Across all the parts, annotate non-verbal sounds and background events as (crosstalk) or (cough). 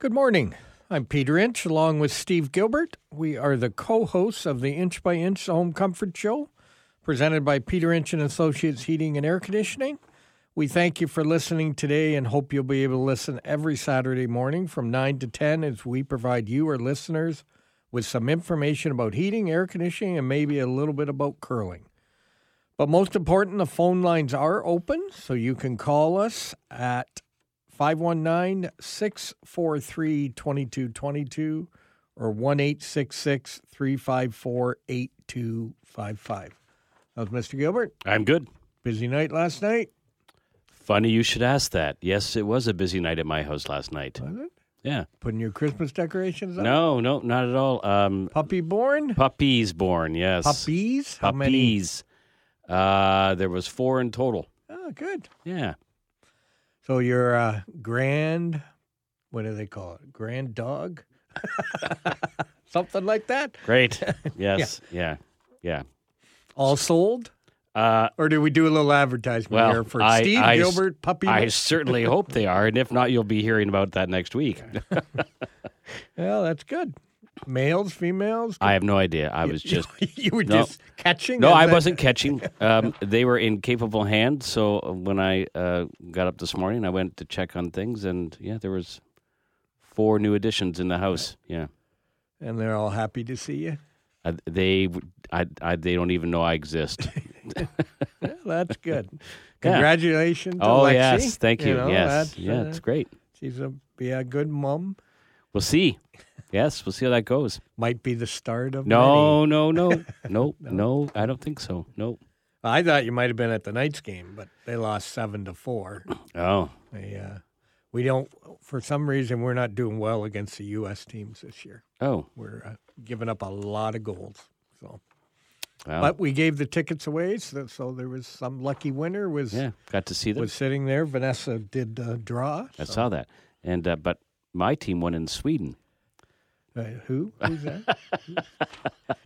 Good morning. I'm Peter Inch, along with Steve Gilbert. We are the co-hosts of the Inch by Inch Home Comfort Show, presented by Peter Inch and Associates Heating and Air Conditioning. We thank you for listening today and hope you'll be able to listen every Saturday morning from 9 to 10 as we provide you, our listeners, with some information about heating, air conditioning, and maybe a little bit about curling. But most important, the phone lines are open, so you can call us at 519 643 2222 or 1 354 8255. How's Mr. Gilbert? I'm good. Busy night last night? Funny you should ask that. Yes, it was a busy night at my house last night. Was it? Yeah. Putting your Christmas decorations up? No, no, not at all. Um, Puppy born? puppies born. Yes. Puppies? How many? Puppies. Uh, there was four in total. Oh, good. Yeah. So your uh, grand, what do they call it? Grand dog? (laughs) Something like that. (laughs) Great. Yes. yeah. Yeah. All sold? Uh, Or do we do a little advertisement Well, here for I- Steve I s- Gilbert Puppy? I certainly hope they are, and if not, you'll be hearing about that (laughs) next week. Well, that's good. Males, females. I have no idea. I was just (laughs) you were no. just catching. No, as I that- (laughs) wasn't catching. Um, they were in capable hands. So when I uh, got up this morning, I went to check on things, and yeah, there was four new additions in the house. Yeah, And they're all happy to see (laughs) you. I, they, I, I, they don't even know I (laughs) exist. Yeah, that's (laughs) good. Congratulations, oh Alexi. yes, thank you. know, yes, that's, yeah, uh, it's great. she's a be a good mom. We'll see. Yes, we'll see how that goes. Might be the start of many. No, (laughs) no, no, no, no. I don't think so. No. I thought you might have been at the Knights game, but they lost seven to (coughs) four. Oh, They, uh, we don't. For some reason, we're not doing well against the U.S. teams this year. oh. We're uh, giving up a lot of goals. So, Well, but we gave the tickets away, so, so there was some lucky winner was yeah, got to see them. was sitting there. Vanessa did uh, draw. I saw that, and uh, but my team won in Sweden. Uh, who? Who's (laughs) that?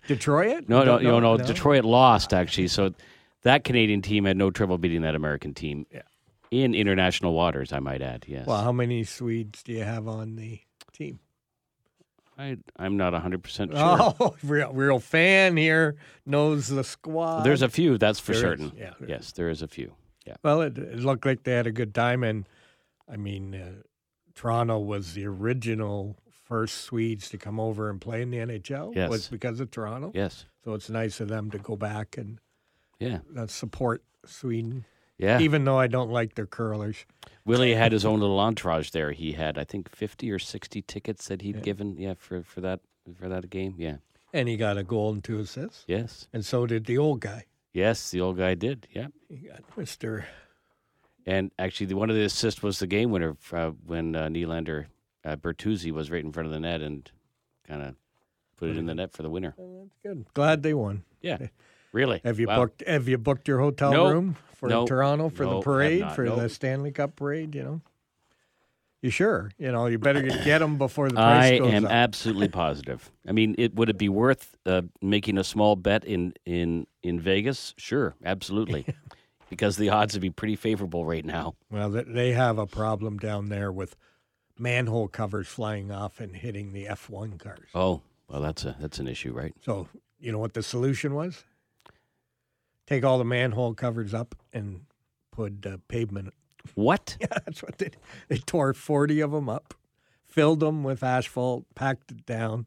Detroit? No, no, Don't no, know- no, Detroit lost actually, so that Canadian team had no trouble beating that American team Yeah. in international waters. I might add, yes. Well, how many Swedes do you have on the team? I, I'm not 100 percent sure. Oh, (laughs) real, real fan here knows the squad. There's a few, that's for uh, There is, certain. yeah, there yes, there is a few. Yeah, well, it, it looked like they had a good time, and I mean, uh, Toronto was the original first Swedes to come over and play in the NHL. Yes. was because of Toronto. yes, So it's nice of them to go back and yeah, uh, support Sweden, yeah. even though I don't like their curlers. (laughs) Willie had his own little entourage there. He had, I think, 50 or 60 tickets that he'd given. Yeah, for for that for that game. Yeah, And he got a goal and two assists. yes, And so did the old guy. yes. The old guy did. Yeah. He got Mr. And actually, the, one of the assists was the game winner uh, when uh, Nylander uh, Bertuzzi was right in front of the net and kind of put it in the net for the winner. That's good. Glad they won. Yeah, really. Have you Wow. booked have you booked your hotel Nope. room for Nope. Toronto for Nope, the have parade, not. for the Nope. Stanley Cup parade, you know? You sure? You know, you better get them before the I price goes am up. (laughs) absolutely positive. I mean, it would it be worth uh, making a small bet in in in Vegas? Sure, (laughs) absolutely, because the odds would be pretty favorable right now. well, they- they have a problem down there with manhole covers flying off and hitting the F1 cars. Oh, well, that's a that's an issue, (laughs) right? So, you know what the solution was? Take all the manhole covers up and put uh, pavement (laughs) What? Yeah, that's what they did. They tore 40 of them up, filled them with asphalt, packed it down.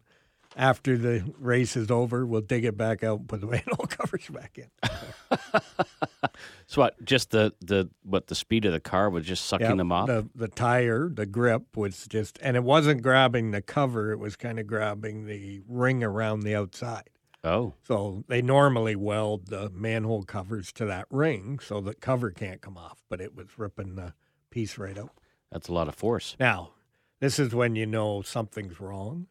After the race is over, we'll dig it back out and put the (laughs) manhole covers back in. So what? Just the the what? The speed of the car was just sucking Yeah, them off. The, the tire, the grip was just, and it wasn't grabbing the cover, it was kind of grabbing the ring around the outside. Oh, So they normally weld the manhole covers to that ring so the cover can't come off, but it was ripping the piece right out. that's a lot of force. Now, this is when you know something's wrong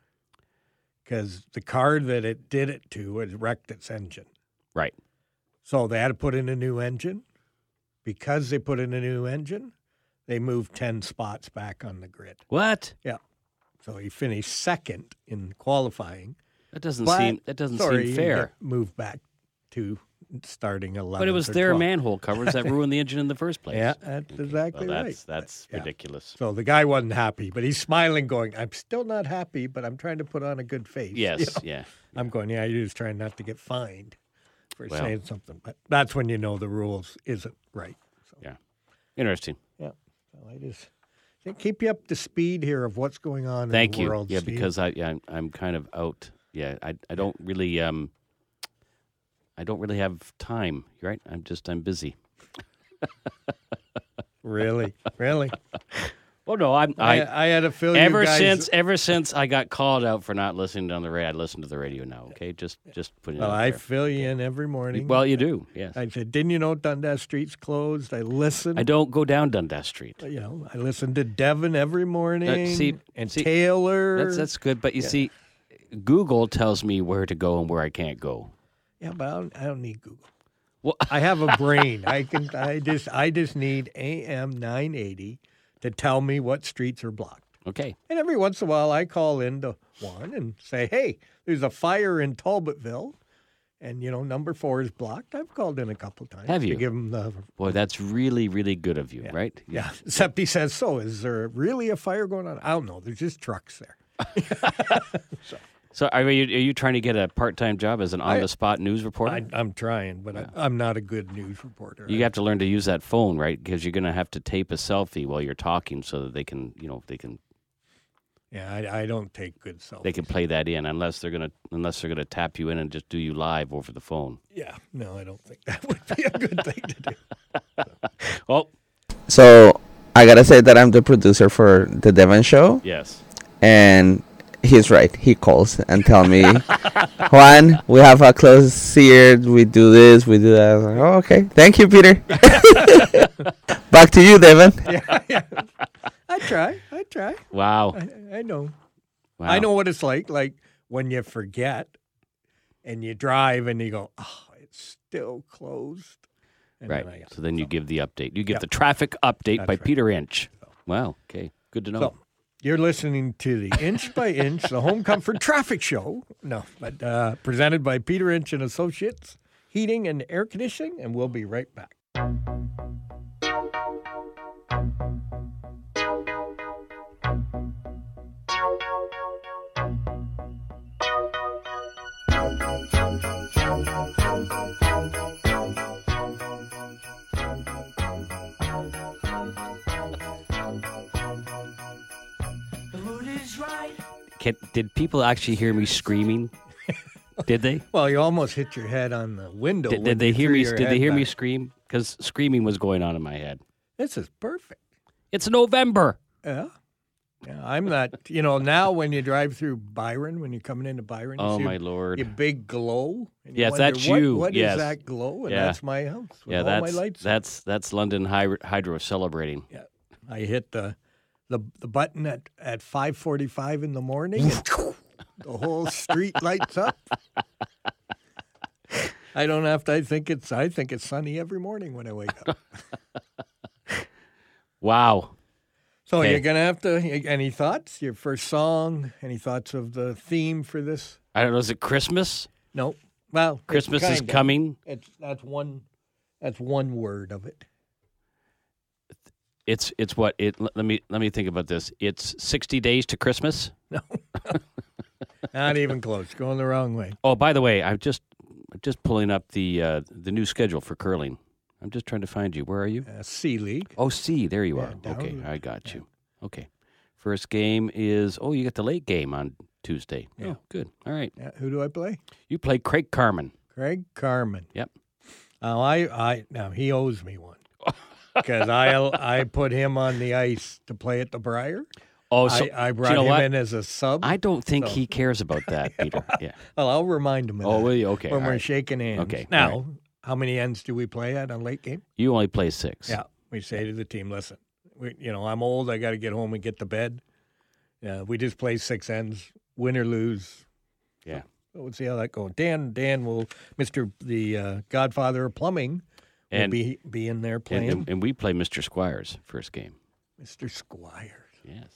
because the car that it did it to had wrecked its engine. Right. So they had to put in a new engine. Because they put in a new engine, they moved 10 spots back on the grid. What? Yeah. So he finished second in qualifying. That doesn't but- seem that doesn't sorry, seem you fair. get Moved back to starting 11. But it was their manhole covers that ruined the engine in the first (laughs) place. Yeah, that's Well, exactly right. that's that's Yeah. (laughs) ridiculous. So the guy wasn't happy, but he's smiling, going, I'm still not happy, but I'm trying to put on a good face. (laughs) You Yes, know? yeah. I'm going, yeah, you're just trying not to get fined for Well. saying something. But that's when you know the rules isn't right. So, Interesting. yeah. So I just think keep you up to speed here of what's going on Thank in the you. world. yeah, Steve. because I yeah, I'm, I'm kind of out. Yeah, I I don't really um I don't really have time, right? I'm just I'm busy. (laughs) Really, really. Oh no, I'm I, I, I, had a feeling ever you guys, since ever since I got called out for not listening on the radio, I listen to the radio now, okay? Just just put it Well, out I there. fill you in every morning. Well, you do. Yes. I, I said, didn't you know Dundas Street's closed? I listened. don't go down Dundas Street. uh, you know, I listen to Devin every morning. see- and see, Taylor. That's that's good, but you see Google tells me where to go and where I can't go. yeah, but I don't, I don't need Google. Well- I have a (laughs) brain. I can. I just. I just need AM nine eighty to tell me what streets are blocked. Okay. And every once in a while, I call into one and say, "Hey, there's a fire in Talbotville, and you know number four is blocked." I've called in a couple times. Have you? to give them the Boy, that's really really good of you, right? Yeah. (laughs) Except he says, So is there really a fire going on? I don't know. There's just trucks there. So are you, are you trying to get a part-time job as an on-the-spot news reporter? I, I'm trying, but I, I'm not a good news reporter. you have to learn to use that phone, right? Because you're going to have to tape a selfie while you're talking, so that they can, you know, they can yeah, I, I don't take good selfies. they can play that in, unless they're going to unless they're going to tap you in and just do you live over the phone. yeah. No, I don't think that would be a good thing to do. Oh, So I gotta say that I'm the producer for the Devon show, yes. and he's right. He calls and tell me, Juan, we have a close here. We do this, we do that. I was like, oh, okay, thank you, Peter. (laughs) Back to you, Devon. (laughs) I try. I try. Wow. I, I know. wow. I know what it's like. Like when you forget and you drive and you go, Oh, it's still closed. And Right. then I- so then you give the update. You give the traffic update by right. Peter Inch. Wow. Okay. Good to know. So, you're listening to the Inch by Inch, the Home Comfort Traffic Show. No, but uh, presented by Peter Inch and Associates Heating and Air Conditioning, and we'll be right back. Can, did people actually hear (laughs) me screaming? did they? Well, you almost hit your head on the window. Did, when did they you hear threw me? your Did head they hear me back. scream? Because screaming was going on in my head. This is perfect. It's November. Yeah. Yeah, I'm not. You know, now when you drive through Byron, when you're coming into Byron, you Oh see my your lord! big glow. And you Yes, wonder, that's what- you. What is Yes. that glow? And Yeah. that's my house with Yeah, all that's my lights. that's that's London Hy- Hydro celebrating. Yeah, I hit the the, the button at at five forty five in the morning, and (laughs) the whole street lights up. I don't have to. I think it's I think it's sunny every morning when I wake up. Wow! So Okay. you're gonna have to. Any thoughts? Your first song? Any thoughts of the theme for this? I don't know. Is it Christmas? No. Well, it's Christmas is kinda. coming. It's that's one. That's one word of it. It's it's what it. Let let me let me think about this. It's sixty days to Christmas. Not even close. Going the wrong way. Oh, by the way, I'm just I'm just pulling up the uh, the new schedule for curling. I'm just trying to find you. Where are you? Uh, C League. Oh, C. There you Yeah, are. down Okay, the- I got you. Okay. First game is oh, you got the late game on Tuesday. Yeah. Oh, good. All right. Yeah, who do I play? You play Craig Carmen. Craig Carmen. Yep. Now I, I now he owes me (laughs) one because I I put him on the ice to play at the Briar. Oh, so I, I you brought know him what? in as a sub. I don't think So- he cares about (laughs) that, Peter. Yeah. well, I'll remind him. Of Oh, that will you? Okay. when all we're right. shaking hands. Okay, all Now, how many ends do we play at on late game? You only play six. Yeah, we say to the team, listen, we, you know, I'm old. I got to get home and get to bed. Yeah, we just play six ends, win or lose. Yeah. So We'll see how that goes. Dan, Dan will, Mister the uh, Godfather of Plumbing, will And- be be in there playing. And, and, and we play Mr. Squires first game. Mr. Squire. Yes.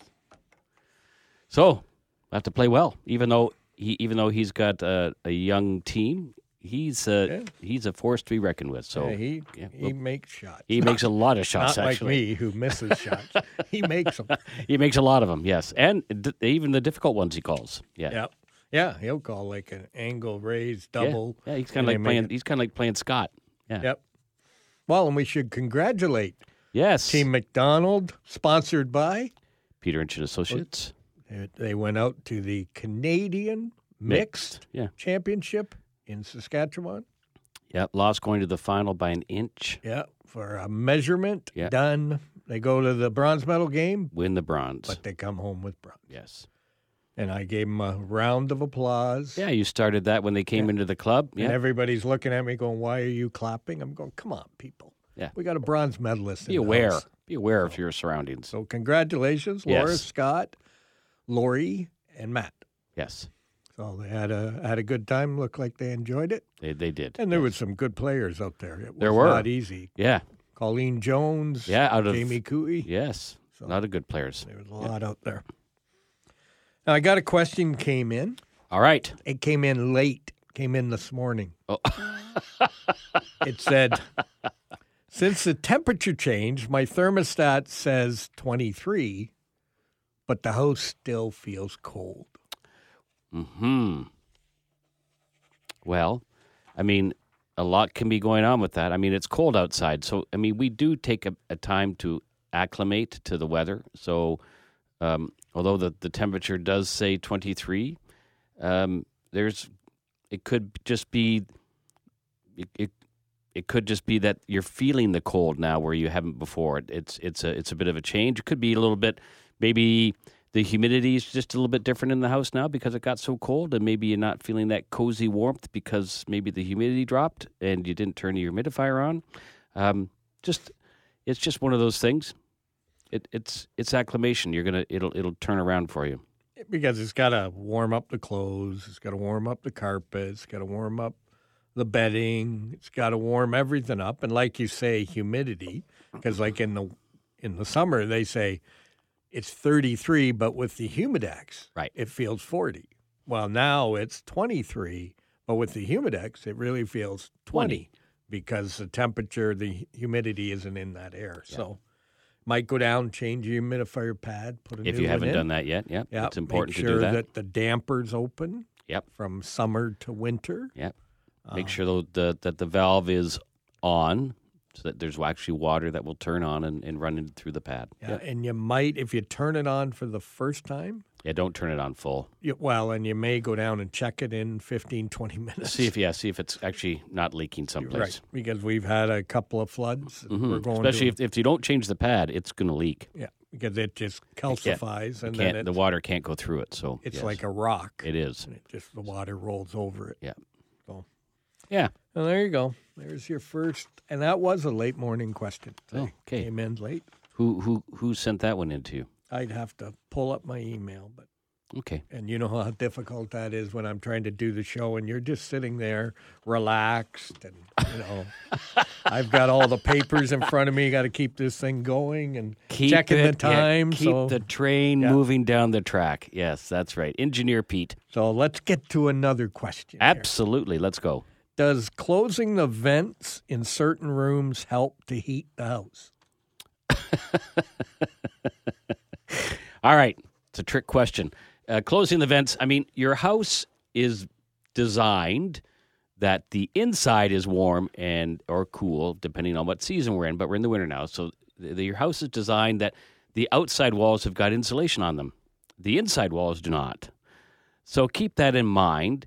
So I have to play well, even though he even though he's got a, a uh, young team. he's a he's a force to be reckoned with. So Yeah, he yeah, he well, makes shots. he makes a lot of not shots. like actually, me who misses (laughs) shots. He makes them. he makes a lot of them. Yes, and d- even the difficult ones he calls. Yeah, Yep. Yeah, he'll call like an angle raise Yeah. double. Yeah, he's and kind they of like make playing. it- He's kind of like playing Scott. Yeah. Yep. Well, and we should congratulate Yes. Team McDonald, sponsored by. Peter Inch and Associates. It- They went out to the Canadian Mixed Yeah. Championship in Saskatchewan. Yeah. Lost going to the final by an inch. Yeah, for a measurement Yeah. done. They go to the bronze medal game, Win the bronze. but they come home with bronze. yes. And I gave them a round of applause. Yeah, you started that when they came into the club. Yeah. And everybody's looking at me going, Why are you clapping? I'm going, Come on, people. Yeah. We got a bronze medalist. Be in the aware. house." Be aware of your surroundings. So, congratulations, Laura, Yes. Scott, Lori, and Matt. Yes. So, they had a had a good time, looked like they enjoyed it. They they did. And there was some good players up there. It was There were. not easy. Yeah. Colleen Jones, Yeah, out of- Jamie Cooey. Yes. A lot of good players. There was a lot out there. Now, I got a question came in. All right. It came in late. Came in this morning. Oh. (laughs) it said, since the temperature changed, my thermostat says 23, but the house still feels cold. Hmm. Well, I mean, a lot can be going on with that. I mean, it's cold outside, so I mean, we do take a, a time to acclimate to the weather. So, um, although the the temperature does say twenty three, um, there's it could just be it. it it could just be that you're feeling the cold now where you haven't before. It- It's it's a it's a bit of a change. It could be a little bit maybe the humidity is just a little bit different in the house now because it got so cold and maybe you're not feeling that cozy warmth because maybe the humidity dropped and you didn't turn your humidifier on. Um, just it's just one of those things. It, it's it's acclimation. You're gonna it'll it'll turn around for you. Because it's got to warm up the clothes, it's got to warm up the carpet, it's got to warm up the bedding, it's got to warm everything up. And like you say, humidity, because like in the in the summer they say it's 33, but with the Humidex, Right. it feels 40. Well, now it's 23, but with the Humidex, it really feels 20, 20. because the temperature, the humidity isn't in that air. So might go down, change your humidifier pad, put a If new you one haven't in. done that yet, yeah, Yeah, it's important make sure to do that. the damper's open Yep. from summer to winter. Yep. uh, Make sure though the, that the valve is on, so that there's actually water that will turn on and, and run in through the pad. Yeah, and you might if you turn it on for the first time. Yeah, don't turn it on full. You, well, and you may go down and check it in 15, 20 (laughs) minutes. See if yeah, see if it's actually not leaking someplace. Hmm. right, because we've had a couple of floods. and We're going to- Mm-hmm. Especially if, if you don't change the pad, it's going to leak. yeah, because it just calcifies and then Can't, it, the water can't go through it. So it's yes, like a rock. it is. and it just the water rolls over it. Yeah. So- Yeah. Well, there you go. There's your first, and that was a late morning question. Oh, okay. Came in late. Who who who sent that one into you? I'd have to pull up my email, but Okay. and you know (laughs) how difficult that is when I'm trying to do the show and you're just sitting there relaxed and you (laughs) know I've got all the papers in front of me, got to keep this thing going and checking the, it- yeah, time. keep so, the train moving down the track. Yes, that's right. Engineer Pete. so let's get to another question. here. Absolutely. Let's go. Does closing the vents in certain rooms help to heat the house? All right. It's a trick question. Uh, closing the vents. I mean, your house is designed that the inside is warm and or cool depending on what season we're in, but we're in the winter now. So the, your house is designed that the outside walls have got insulation on them. The inside walls do not. So keep that in mind.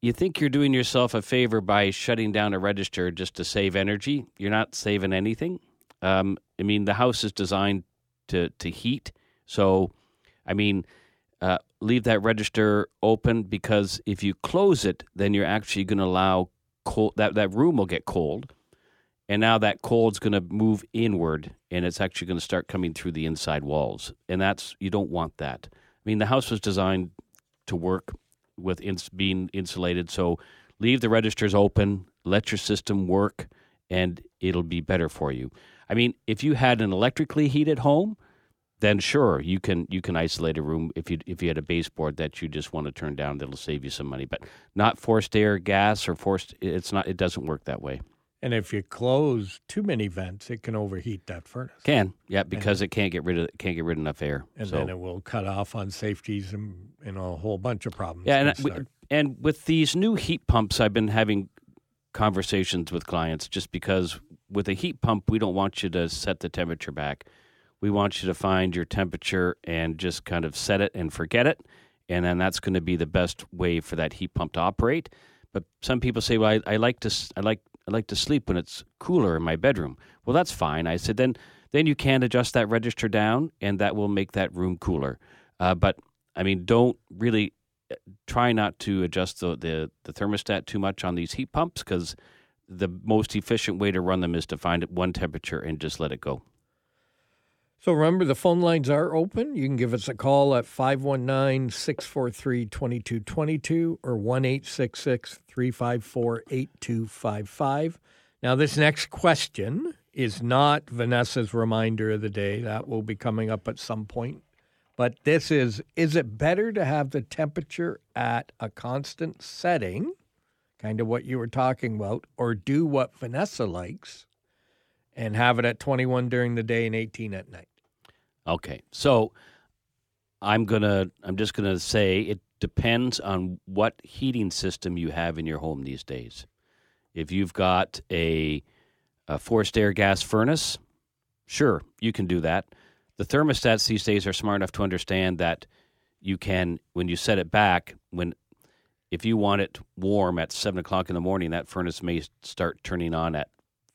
You think you're doing yourself a favor by shutting down a register just to save energy. You're not saving anything. Um, I mean, the house is designed to, to heat. So, I mean, uh, leave that register open because if you close it, then you're actually going to allow cold, that, that room will get cold. And now that cold's going to move inward and it's actually going to start coming through the inside walls. And that's, you don't want that. I mean, the house was designed to work with ins- being insulated. So leave the registers open, let your system work, and it'll be better for you. I mean, if you had an electrically heated home, then sure you can you can isolate a room if you if you had a baseboard that you just want to turn down that'll save you some money but not forced air gas or forced it's not it doesn't work that way And if you close too many vents, it can overheat that furnace. can yeah because it can't get rid of can't get rid of enough air And so then it will cut off on safeties and, and a whole bunch of problems. yeah and, can I- start. and with these new heat pumps I've been having conversations with clients just because with a heat pump we don't want you to set the temperature back we want you to find your temperature and just kind of set it and forget it. And then that's going to be the best way for that heat pump to operate. But some people say, well, I, I like to, s- I like, I like to sleep when it's cooler in my bedroom. Well, that's fine. I said, then, then you can adjust that register down, and that will make that room cooler. Uh, but I mean, don't really uh, try not to adjust the, the the thermostat too much on these heat pumps because the most efficient way to run them is to find one temperature and just let it go. So remember, the phone lines are open. You can give us a call at 519 643 2222 or 1 354 8255. Now, this next question is not Vanessa's reminder of the day. That will be coming up at some point. But this is Is it better to have the temperature at a constant setting, kind of what you were talking about, or do what Vanessa likes and have it at 21 during the day and 18 at night? Okay. So I'm going to I'm just going to say it depends on what heating system you have in your home these days. If you've got a, a forced air gas furnace, sure, you can do that. The thermostats these days are smart enough to understand that you can when you set it back when if you want it warm at seven o'clock in the morning, that furnace may start turning on at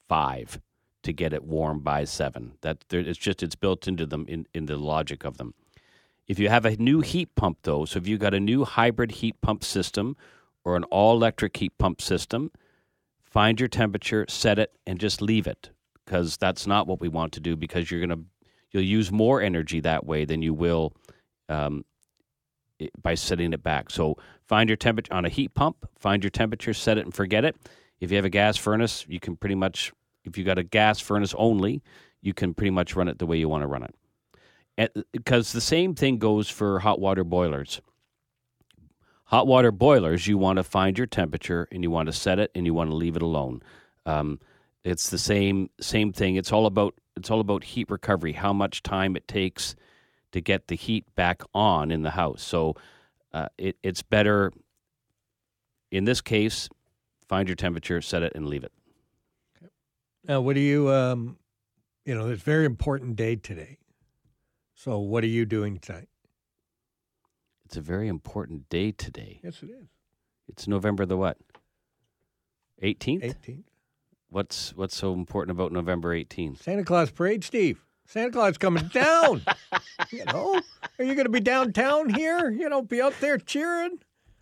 five to get it warm by seven. That there, it's just it's built into them in, in the logic of them. If you have a new heat pump though, so if you've got a new hybrid heat pump system or an all electric heat pump system, find your temperature, set it, and just leave it because that's not what we want to do because you're gonna you'll use more energy that way than you will um, it- by setting it back. So find your temperature on a heat pump, find your temperature, set it and forget it. If you have a gas furnace, you can pretty much if you got a gas furnace only, you can pretty much run it the way you want to run it. Because the same thing goes for hot water boilers. Hot water boilers, you want to find your temperature and you want to set it and you want to leave it alone. Um, it's the same same thing. It's all about it's all about heat recovery, how much time it takes to get the heat back on in the house. So uh, it, it's better in this case, find your temperature, set it, and leave it. Now, what do you, um, you know, it's a very important day today. So, what are you doing tonight? It's a very important day today. Yes, it is. It's November the what? 18th? 18th. What's what's so important about November 18th? Santa Claus parade, Steve. Santa Claus (laughs) coming down. you know, are you going to be downtown here? You know, be out there cheering,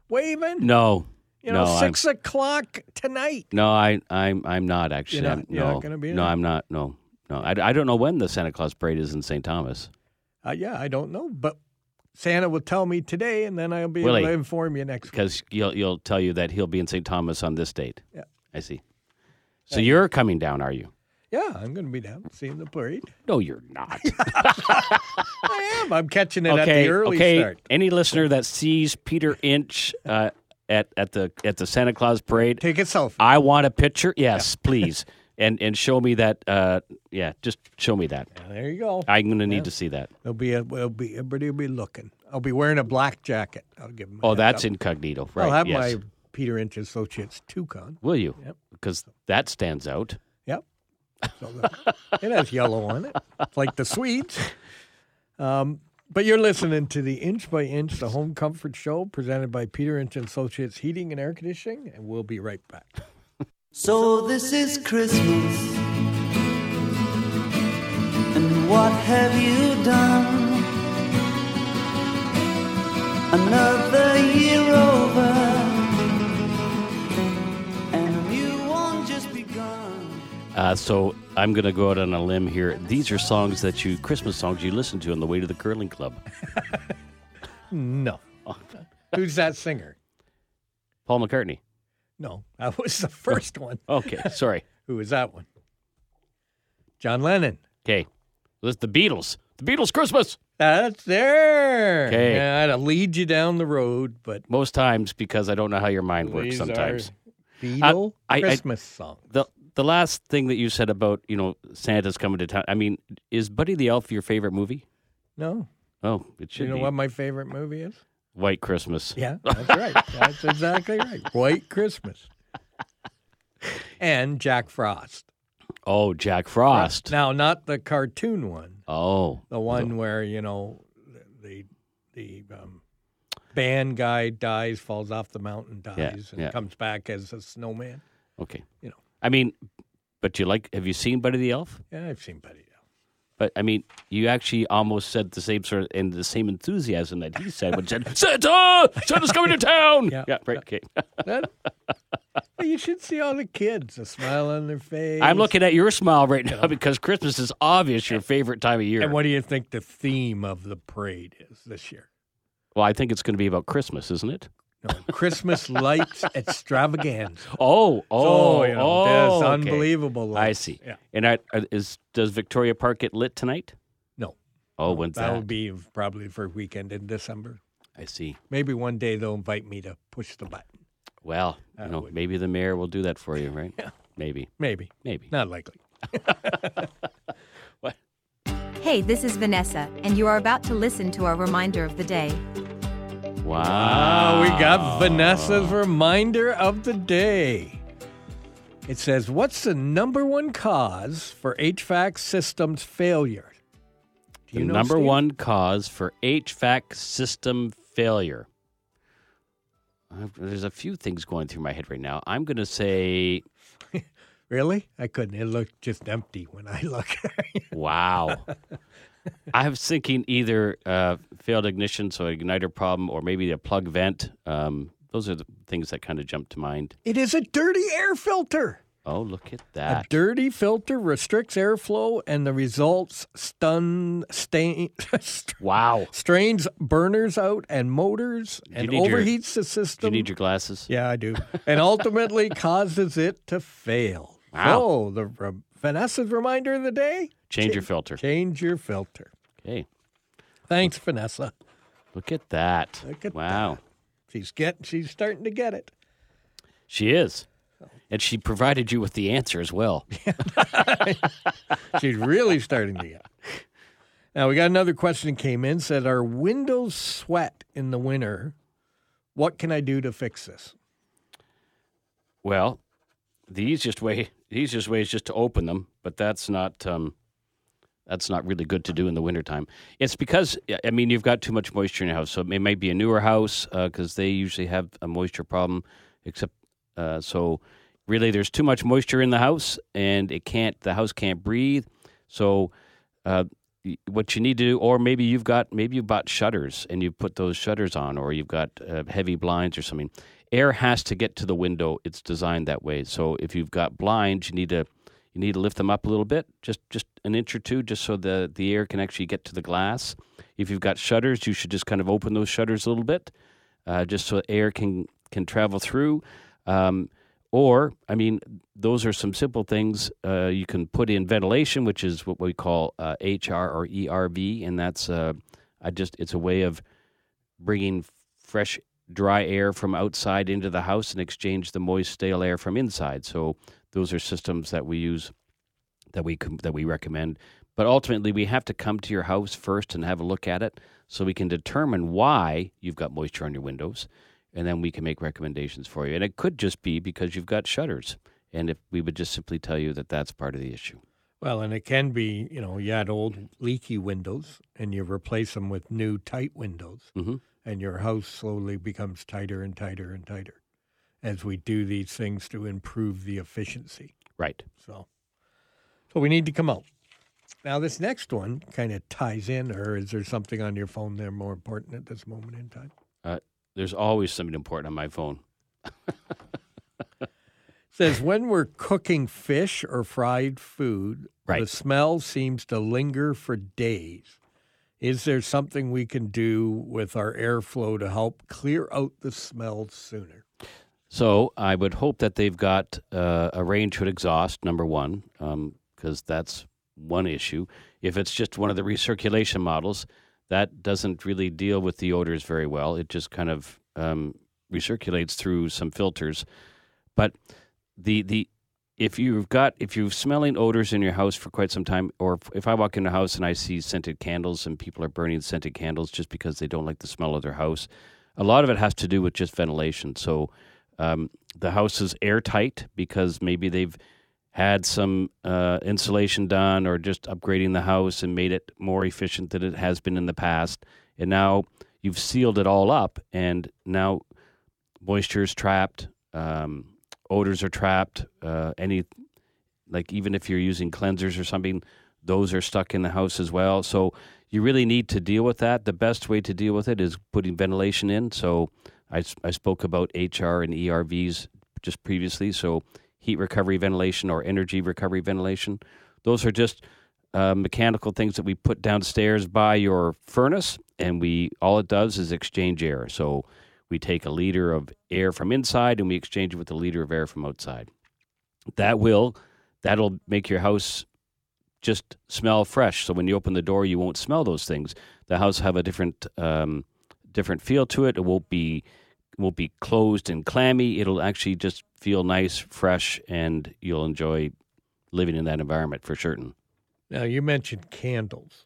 waving. No. you know, no, I'm- 6 o'clock tonight. No, I I'm I'm not actually. You're not- I'm, you're no. not gonna be No, there? I'm not. No. No. I, I don't know when the Santa Claus parade is in St. Thomas. Uh, yeah, I don't know, but Santa will tell me today, and then I'll be Will able to he? inform you next week. Because you'll you'll tell you that he'll be in St. Thomas on this date. Yeah. I see. So you're coming down, are you? Yeah, I'm going to be down seeing the parade. No, you're (laughs) not. I am. I'm catching it at okay. the early okay. start. Any listener that sees Peter Inch uh, at at the at the Santa Claus parade, Take a selfie. I want a picture. (laughs) Yes, please. And and show me that. Uh, yeah, just show me that. There you go. I'm going to need to see that. There'll be a, will be everybody will be looking. I'll be wearing a black jacket. I'll give them. Oh, that's incognito, right? I'll have yes. my Peter Inch Associates toucan. Will you? Because that stands out. Yep. So the- it has yellow on it. It's like the Swedes. Um, but you're listening to the Inch by Inch, the Home Comfort Show, presented by Peter Inch Associates Heating and Air Conditioning, and we'll be right back. So this is Christmas. And what have you done? Another year over. And a new one just begun. Uh, so I'm going to go out on a limb here. These are songs that you Christmas songs you listen to on the way to the curling club. No. Who's that singer? Paul McCartney. No, that was (laughs) the first one. (laughs) Okay, sorry. Who was that one? John Lennon. Okay, Listen, the Beatles. The Beatles' Christmas. That's there. Okay. Yeah, I'd lead you down the road, but Most times because I don't know how your mind works these sometimes. are Beatle I- I- Christmas song. The the last thing that you said about, you know, Santa's coming to town. I mean, is Buddy the Elf your favorite movie? No, Oh, it should you know be what my favorite movie (laughs) is? White Christmas. Yeah, that's right. that's exactly right. White Christmas. And Jack Frost. Oh, Jack Frost. Now, not the cartoon one, Oh. the one where you know the the um, band guy dies, falls off the mountain, dies, Yeah, and yeah. comes back as a snowman. Okay. You know. I mean, but you like have you seen Buddy the Elf? Yeah, I've seen Buddy. But I mean, you actually almost said the same sort of, and the same enthusiasm that he said when (laughs) he said, Santa! Santa's coming to town! Yeah. right. Okay. That, you should see all the kids, the smile on their face. I'm looking at your smile right now because Christmas is obvious your favorite time of year. And what do you think the theme of the parade is this year? well, I think it's going to be about Christmas, isn't it? No, Christmas lights (laughs) extravaganza. Oh, oh, so, you know, oh, that's okay. unbelievable. I lights. see. Yeah. And I, uh, is does Victoria Park get lit tonight? No, Oh, when's that'll that? be probably for a weekend in December. I see. Maybe one day they'll invite me to push the button. Well, you know, maybe the mayor will do that for you, right? (laughs) Yeah. Maybe, Maybe, maybe. not likely. Hey, this is Vanessa, and you are about to listen to our reminder of the day. Wow. Oh, we got Vanessa's reminder of the day. It says, What's the number one cause for HVAC systems failure? Do the know, number Steve? one cause for HVAC system failure. I've- There's a few things going through my head right now. I'm going to say, Really? I couldn't. It looked just empty when I (laughs) look. wow. I was thinking either uh, failed ignition, so igniter problem, or maybe a plug vent. Um, those are the things that kind of jump to mind. it is a dirty air filter. Oh, look at A that. dirty filter restricts airflow and the results stun, stain, (laughs) wow. strains burners out and motors you and need your- overheats the Do you system. need your glasses? (laughs) Yeah, I do. And ultimately causes it to fail. Wow. So, the re- Vanessa's reminder of the day Change your filter. change your filter. Okay. Thanks, Vanessa. Look at that. Look at wow. She's getting, she's starting to get it. She is. And she provided you with the answer as well. She's really starting to get it. Now, we got another question that came in said, Our windows sweat in the winter. What can I do to fix this? Well, the easiest way the easiest way is just to open them, but that's not um, that's not really good to do in the wintertime. It's because I mean you've got too much moisture in your house, so it might be a newer house because they usually have a moisture problem. Except uh, so really, there's too much moisture in the house, and it can't the house can't breathe. So uh, y- what you need to do, or maybe you've got maybe you bought shutters and you put those shutters on, or you've got uh, heavy blinds or something. Air has to get to the window. It's designed that way. So if you've got blinds, you need to you need to lift them up a little bit, just just an inch or two, just so the the air can actually get to the glass. If you've got shutters, you should just kind of open those shutters a little bit, uh, just so air can can travel through. Um, or, I mean, those are some simple things uh, you can put in ventilation, which is what we call uh, HR or ERV, and that's uh, I just it's a way of bringing fresh, dry air from outside into the house and exchange the moist, stale air from inside. So those are systems that we use that we com- that we recommend. But ultimately, we have to come to your house first and have a look at it, so we can determine why you've got moisture on your windows, and then we can make recommendations for you. And it could just be because you've got shutters, and if we would just simply tell you that that's part of the issue. Well, and it can be, you know, you had old leaky windows and you replace them with new tight windows, Mhm. and your house slowly becomes tighter and tighter and tighter as we do these things to improve the efficiency. Right. So, so we need to come out. Now, this next one kind of ties in, or is there something on your phone there more important at this moment in time? Uh, there's always something important on my phone. says when we're cooking fish or fried food, the Right. smell seems to linger for days. Is there something we can do with our airflow to help clear out the smell sooner? So I would hope that they've got uh, a range hood exhaust, number one, because um, that's one issue. If it's just one of the recirculation models, that doesn't really deal with the odors very well. It just kind of um, recirculates through some filters. But the the if you've got if you're smelling odors in your house for quite some time, or if- if I walk in a house and I see scented candles and people are burning scented candles just because they don't like the smell of their house, a lot of it has to do with just ventilation. So um, the house is airtight because maybe they've had some uh, insulation done or just upgrading the house and made it more efficient than it has been in the past. And now you've sealed it all up, and now moisture is trapped, um, odors are trapped. Uh, any, like even if you're using cleansers or something, those are stuck in the house as well. So you really need to deal with that. The best way to deal with it is putting ventilation in. So I, s- I spoke about HR and ERVs just previously. So heat recovery ventilation or energy recovery ventilation. Those are just uh, mechanical things that we put downstairs by your furnace, and we all it does is exchange air. So we take a liter of air from inside and we exchange it with a liter of air from outside. That will that'll make your house just smell fresh. So when you open the door, you won't smell those things. The house have a different um, different feel to it. It won't be it won't be closed and clammy. It'll actually just feel nice, fresh, and you'll enjoy living in that environment for certain. Now, you mentioned candles.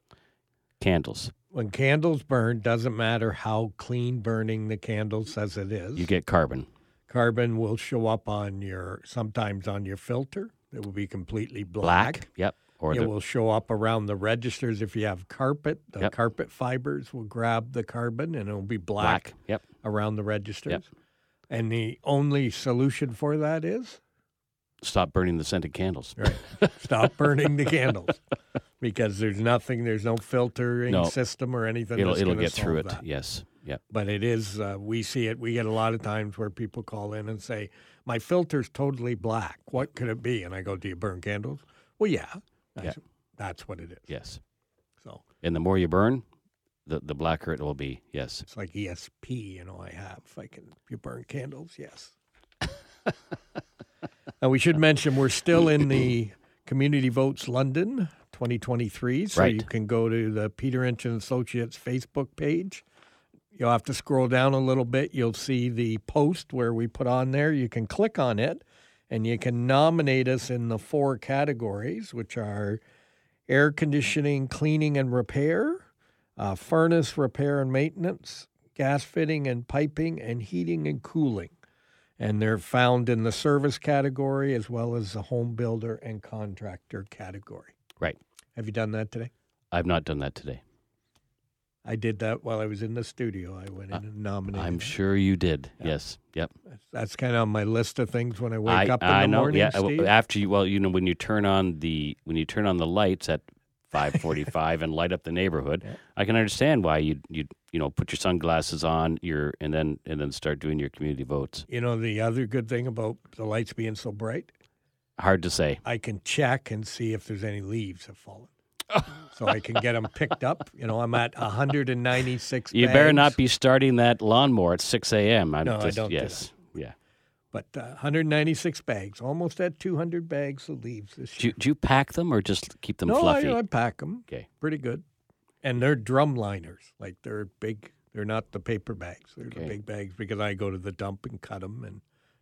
Candles, When candles burn, doesn't matter how clean burning the candle says it is. you get carbon. carbon will show up on your sometimes on your filter. It will be completely black. Yep. Or It the, will show up around the registers if you have carpet. The Yep. carpet fibers will grab the carbon and it'll be black, black. Yep. around the registers. And the only solution for that is Stop burning the scented candles. (laughs) right, stop burning the candles because there's nothing, there's no filtering No. system or anything. it'll that's it'll gonna get through solve it. that. Yes. Yep. But it is, uh, we see it. We get a lot of times where people call in and say, My filter's totally black. What could it be? And I go, Do you burn candles? Well, yeah. That's, that's what it is. Yes. So And the more you burn, the the blacker it will be. Yes. it's like ESP, you know, I have. I can, if you burn candles, (laughs) yes. now, we should mention we're still in the Community Votes London 2023. So Right. you can go to the Peter Inch and Associates Facebook page. You'll have to scroll down a little bit. You'll see the post where we put on there. You can click on it and you can nominate us in the four categories, which are air conditioning, cleaning and repair, uh, furnace repair and maintenance, gas fitting and piping, and heating and cooling. And they're found in the service category as well as the home builder and contractor category. Right. Have you done that today? I've not done that today. I did that while I was in the studio. I went in and nominated. I'm it. sure you did. Yes. Yep. That's kind of on my list of things when I wake I, up in I the know. morning. yeah. Steve. After you, well, you know, when you turn on the when you turn on the lights at 5:45 and light up the neighborhood, I can understand why you you you know put your sunglasses on your and then and then start doing your community votes. You know, the other good thing about the lights being so bright, Hard to say. I can check and see if there's any leaves have fallen. so I can get them picked up. You know, I'm at 196. You better bags, not be starting that lawnmower at 6 a.m. I'm No, I just, don't do Yes. yeah. But uh, 196 bags, almost at 200 bags of leaves this Do year. you, do you pack them or just keep them no, fluffy? I, I pack them. Okay. Pretty good. And they're drum liners. Like they're big. They're not the paper bags. They're the Okay. big bags because I go to the dump and cut them and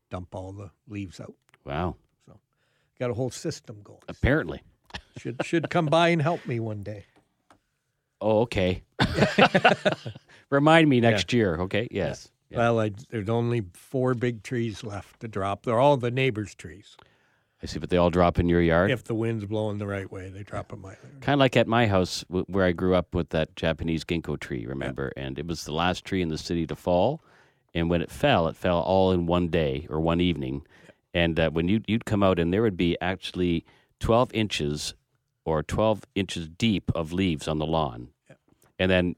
dump all the leaves out. Wow. Got a whole system (laughs) going. Apparently. Should should come by and help me one day. Oh, okay. (laughs) Remind me next year, okay? Yes. Yeah. Well, I, there's only four big trees left to drop. They're all the neighbors' trees. I see, but they all drop in your yard. If the wind's blowing the right way, they drop them my Kind of like at my house w- where I grew up with that Japanese ginkgo tree, remember? And it was the last tree in the city to fall. And when it fell, it fell all in one day or one evening. And uh, when you'd, you'd come out, and there would be actually 12 inches or 12 inches deep of leaves on the lawn. And then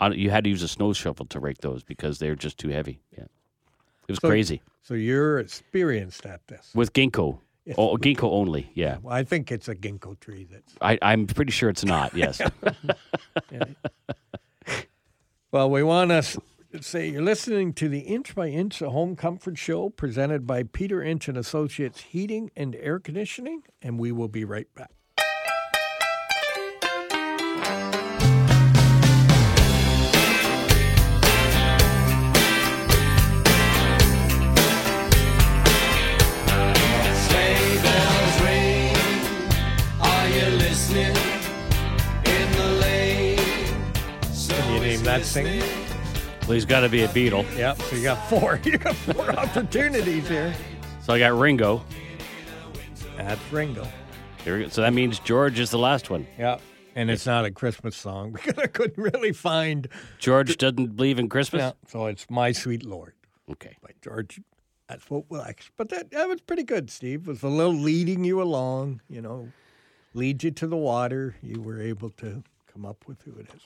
on, you had to use a snow shovel to rake those because they were just too heavy. Yeah. It was So- crazy. So you're experienced at this. With ginkgo. Oh, ginkgo only. Yeah. Well, I think it's a ginkgo tree that's. I, I'm pretty sure it's not. (laughs) Yes. Well, we want to s- say you're listening to the Inch by Inch a Home Comfort Show presented by Peter Inch and Associates Heating and Air Conditioning, and we will be right back. singing. Well, he's got to be a Beatle. Yep, so you got four. (laughs) You got four opportunities here. So I got Ringo. That's Ringo. Here we go. So that means George is the last one. Yep. And it's not a Christmas song (laughs) because I couldn't really find. George doesn't believe in Christmas. Yeah, so it's My Sweet Lord Okay. by George. That's what we'll act- But that, that was pretty good, Steve. It was a little leading you along, you know, lead you to the water. You were able to come up with who it is.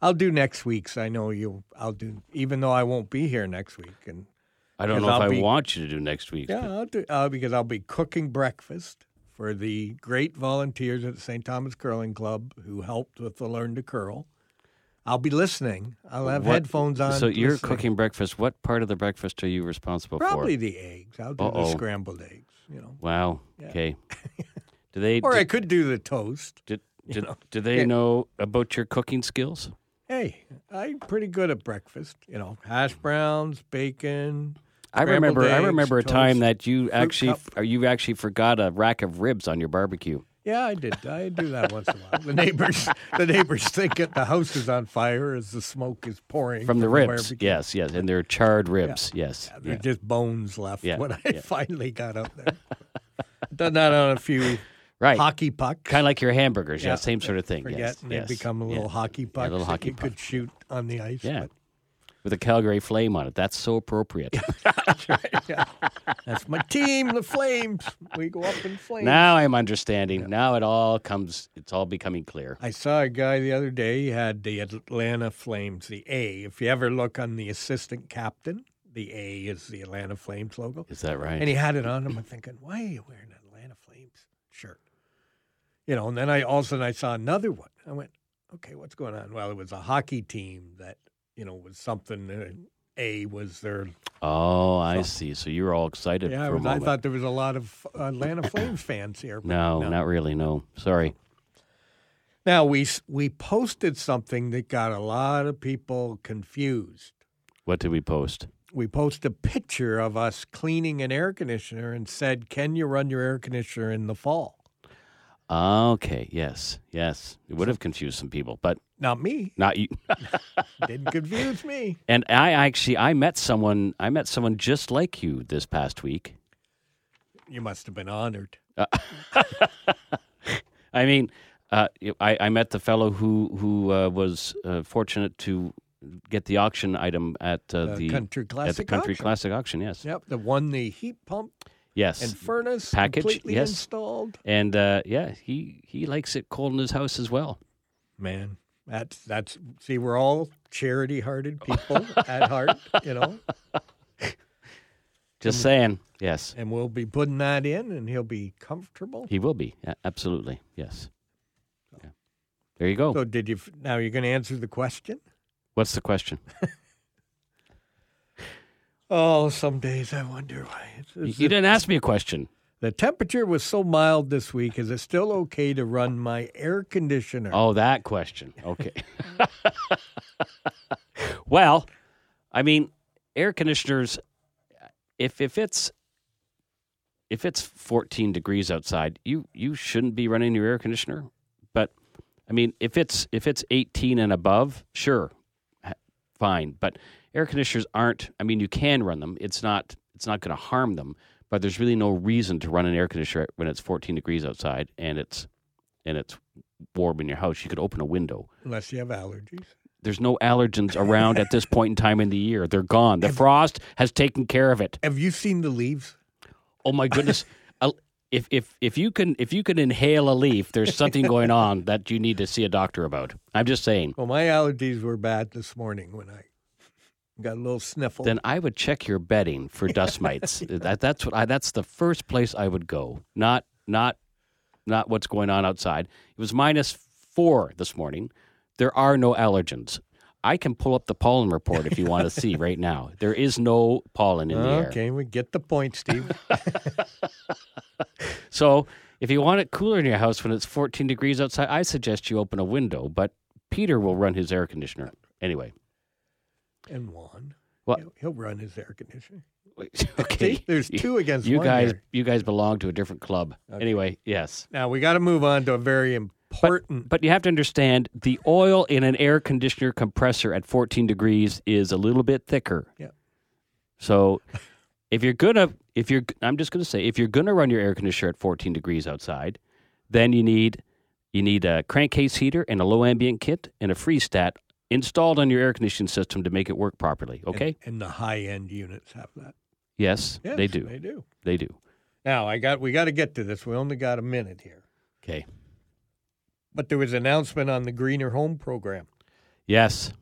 I'll do next week's. I know you'll, I'll do, even though I won't be here next week. And I don't know Because if I'll I be- want you to do next week. Yeah, I'll do, uh, because I'll be cooking breakfast for the great volunteers at the St. Thomas Curling Club who helped with the Learn to Curl. I'll be listening. I'll have What- headphones on. So you're listening. cooking breakfast. What part of the breakfast are you responsible probably for? the eggs. I'll do the Uh-oh. scrambled eggs, you know. Wow. (laughs) Okay. Do they Or do, I could do the toast. do, do- do they know about your cooking skills? Hey, I'm pretty good at breakfast, you know, hash browns, bacon. I scrambled remember. I eggs, remember a time toast. that you actually, cup. or you actually forgot a rack of ribs on your barbecue. Yeah, I did. I do that once in a while. The neighbors, (laughs) the neighbors think that the house is on fire as the smoke is pouring from the ribs. barbecue. Yes, yes, and they're charred ribs. Yes, They're yeah. just bones left Yeah, when I finally got up (laughs) there. Done that on a few right. hockey pucks. Kind of like your hamburgers. Yeah, Yeah. same sort of thing. forget, yes, and yes. they become a yeah. little hockey pucks little that hockey you could shoot on the ice. Yeah, but- with a Calgary flame on it. That's (laughs) so appropriate. (laughs) That's my team, the Flames. We go up (laughs) in flames. now I'm understanding. Now it all comes. It's all becoming clear. I saw a guy the other day. He had the Atlanta Flames, the A. If you ever look on the assistant captain, the A is the Atlanta Flames logo. Is that right? And he had it on him. I'm thinking, why are you wearing an Atlanta Flames shirt? You know, and then I all of a sudden I saw another one. I went, okay, what's going on? Well, it was a hockey team that, you know, was something that uh, A was their. oh, I see. So you were all excited Yeah, I, for a was, I moment. thought there was a lot of uh, Atlanta Flames fans here. but no, not really. No, sorry. Now we s- we posted something that got a lot of people confused. What did we post? We posted a picture of us cleaning an air conditioner and said, "Can you run your air conditioner in the fall?" Okay. Yes. Yes. It would have confused some people, but Not me. not you. Didn't confuse me. And I actually, I met someone. I met someone just like you this past week. You must have been honored. I mean, uh, I, I met the fellow who who uh, was uh, fortunate to get the auction item at uh, The the Country at the Classic country auction. classic auction. Yes, Yep, the one the heat pump yes, and furnace Package, completely yes. installed. and uh, yeah, he he likes it cold in his house as well. Man, that's that's see, we're all (laughs) charity-hearted people at heart, you know. Just saying, yes, Mm. And we'll be putting that in, and he'll be comfortable. he will be Yeah, absolutely yes. Yeah. There you go. So, did you f- now? You're going to answer the question? What's the (laughs) question? Oh, some days I wonder why. It's- You, it's- you didn't ask me a question. The temperature was so mild this week. Is it still okay to run my air conditioner? Oh, that question. Okay. (laughs) well, I mean, air conditioners. If if it's if it's 14 degrees outside, you you shouldn't be running your air conditioner. But I mean, if it's if it's 18 and above, sure, ha- fine. But air conditioners aren't. I mean, you can run them. It's not it's not going to harm them. But there's really no reason to run an air conditioner when it's 14 degrees outside and it's and it's warm in your house, you could open a window. Unless you have allergies. There's no allergens around at this point in time in the year. They're gone. The frost has taken care of it. Have you seen the leaves? Oh my goodness. A- if if if you can if you can inhale a leaf, there's something going on that you need to see a doctor about. I'm just saying. Well, my allergies were bad this morning when I got a little sniffle. Then I would check your bedding for (laughs) dust mites. That, that's what I that's the first place I would go. Not not not what's going on outside. It was minus 4 this morning. There are no allergens. I can pull up the pollen report if (laughs) you want to see right now. There is no pollen in the air. okay, we get the point, (laughs) Steve. So if you want it cooler in your house when it's 14 degrees outside, I suggest you open a window. But Peter will run his air conditioner anyway. and Juan. Well- He'll, he'll run his air conditioner. (laughs) (laughs) Okay, See, there's two against you one guys. here. You guys belong to a different club. Anyway, yes. Now we got to move on to a very important. But you have to understand the oil in an air conditioner compressor at 14 degrees is a little bit thicker. Yeah. So if you're gonna if you're I'm just gonna say if you're gonna run your air conditioner at 14 degrees outside, then you need you need a crankcase heater and a low ambient kit and a freestat installed on your air conditioning system to make it work properly. Okay? And, and the high end units have that. yes, Yes, they do. They do. They do. Now I got we got to get to this. We only got a minute here. Okay. But there was an announcement on the Greener Home program Yes.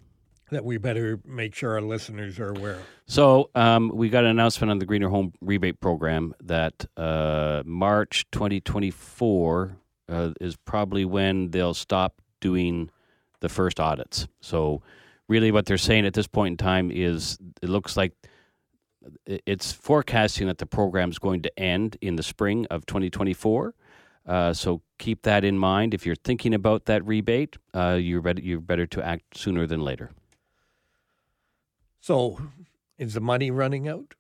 that we better make sure our listeners are aware of. So um, we got an announcement on the Greener Home Rebate Program that uh, March 2024 uh, is probably when they'll stop doing the first audits. So really, what they're saying at this point in time is it looks like it- it's forecasting that the program's going to end in the spring of 2024. Uh, so keep that in mind if you're thinking about that rebate. Uh, you're better, you're better to act sooner than later. So, is the money running out?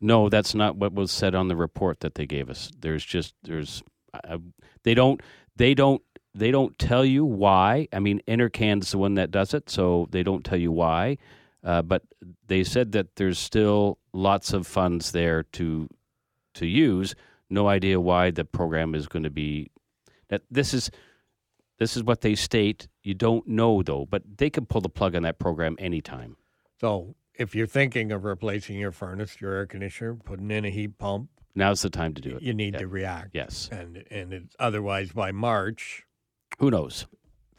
No, that's not what was said on the report that they gave us. There's just there's uh, they don't they don't they don't tell you why. I mean, Enercan's the one that does it, so they don't tell you why. Uh, but they said that there's still lots of funds there to to use. No idea why the program is going to be. That this is this is what they state. You don't know though, but they can pull the plug on that program anytime. So, if you're thinking of replacing your furnace, your air conditioner, putting in a heat pump, Now's the time to do it. you need Yeah. to react. Yes. And and it's otherwise by March Who knows?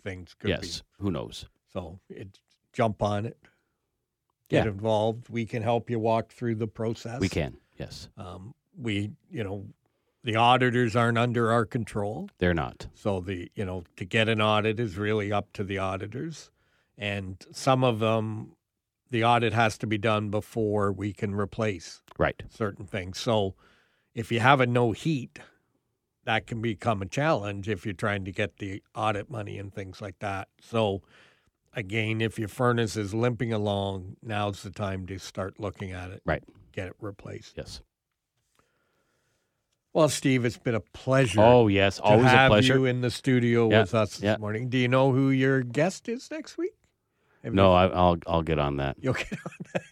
things could be Yes. Who knows? So it jump on it, get Yeah. involved. We can help you walk through the process. We can. Yes, Um, we, you know, the auditors aren't under our control, they're not. so the you know to get an audit is really up to the auditors, and some of them, the audit has to be done before we can replace Right. certain things. So if you have a no heat, that can become a challenge if you're trying to get the audit money and things like that. So again, if your furnace is limping along, now's the time to start looking at it, Right. get it replaced. Yes. Well, Steve, it's been a pleasure. Oh, yes. to Always a have pleasure. you in the studio Yeah, with us this yeah. morning. Do you know who your guest is next week? Have No, I, I'll I'll get on that. you, will get on (laughs) that.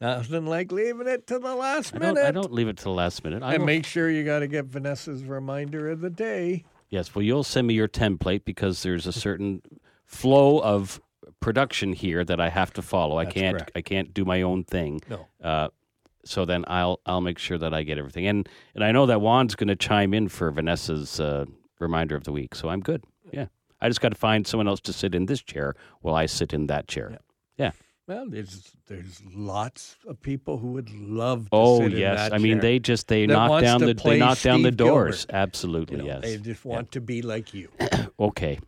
Nothing like leaving it to the last I minute. don't, I don't leave it to the last minute. I and don't- make sure you got to get Vanessa's reminder of the day. yes. Well, you'll send me your template because there's a certain flow of production here that I have to follow. I That's can't correct. I can't do my own thing. No. Uh, so then I'll I'll make sure that I get everything. And and I know that Juan's going to chime in for Vanessa's uh, reminder of the week. So I'm good. Yeah. I just got to find someone else to sit in this chair while I sit in that chair. yeah. Well, there's there's lots of people who would love to Oh sit in yes, that I mean chair. they just they that knock wants down to the play they knock down the Steve doors. Gilbert. Absolutely, you know, yes. they just want to be like you. (laughs) okay.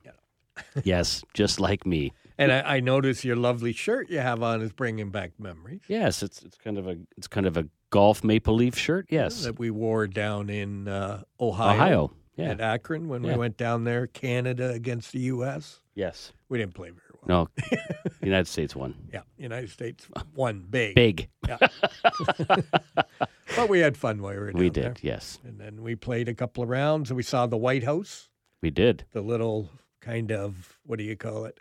yes, just like me. and I, I notice your lovely shirt you have on is bringing back memories Yes, it's it's kind of a it's kind of a golf maple leaf shirt. Yes, that we wore down in uh, Ohio, Ohio. Yeah. at Akron when Yeah. we went down there, Canada against the U.S. (laughs) yes. We didn't play very well. (laughs) No. United States won. Yeah, United States won big, Big. but we had fun while we were down We there. did. Yes, And then we played a couple of rounds. and We saw the White House. we did. the little kind of what do you call it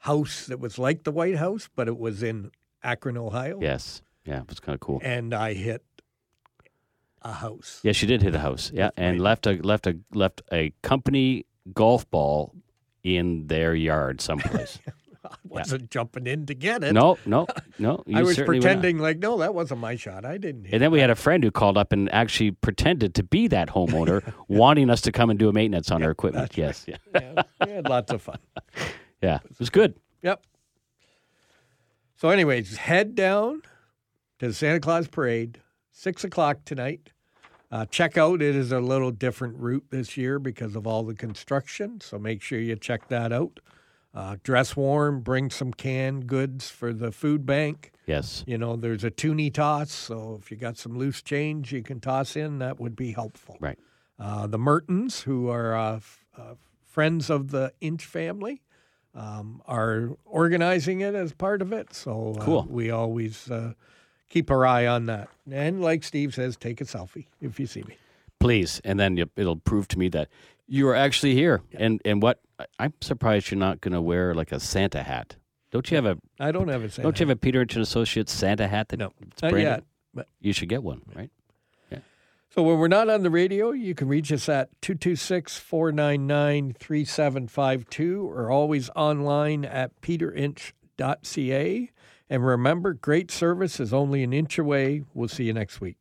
house that was like the White House, but it was in Akron, Ohio. Yes. Yeah, it was kind of cool. And I hit a house. Yes, you did hit a house. Yeah, and left a left a left a company golf ball in their yard (laughs) someplace. (laughs) I wasn't jumping in to get it. no, no, no. I you was certainly were not. pretending like no, that wasn't my shot. I didn't hit. And then we had a friend who called up and actually pretended to be (laughs) that homeowner, wanting us to come and do a maintenance on our equipment. Yes, yeah. yeah, we had lots of fun. yeah, it was good. Yep. So, anyways, head down to the Santa Claus Parade, six o'clock tonight. Uh, check out it is a little different route this year because of all the construction. So make sure you check that out. Uh, dress warm, bring some canned goods for the food bank. Yes, You know, there's a toonie toss, so if you got some loose change you can toss in, that would be helpful. right. Uh, the Mertens, who are uh, f- uh, friends of the Inch family, um, are organizing it as part of it. So uh, Cool. we always uh, keep our eye on that. And like Steve says, take a selfie if you see me. Please, and then you- it'll prove to me that you are actually here. And and what I- I'm surprised you're not going to wear like a Santa hat. Don't you have a I don't have a Santa. Don't you have a Peter and Associates Santa hat? That No, it's not branded? yet, but- you should get one, right? So when we're not on the radio, you can reach us at 226-499-3752 or always online at peterinch.ca. And remember, great service is only an inch away. We'll see you next week.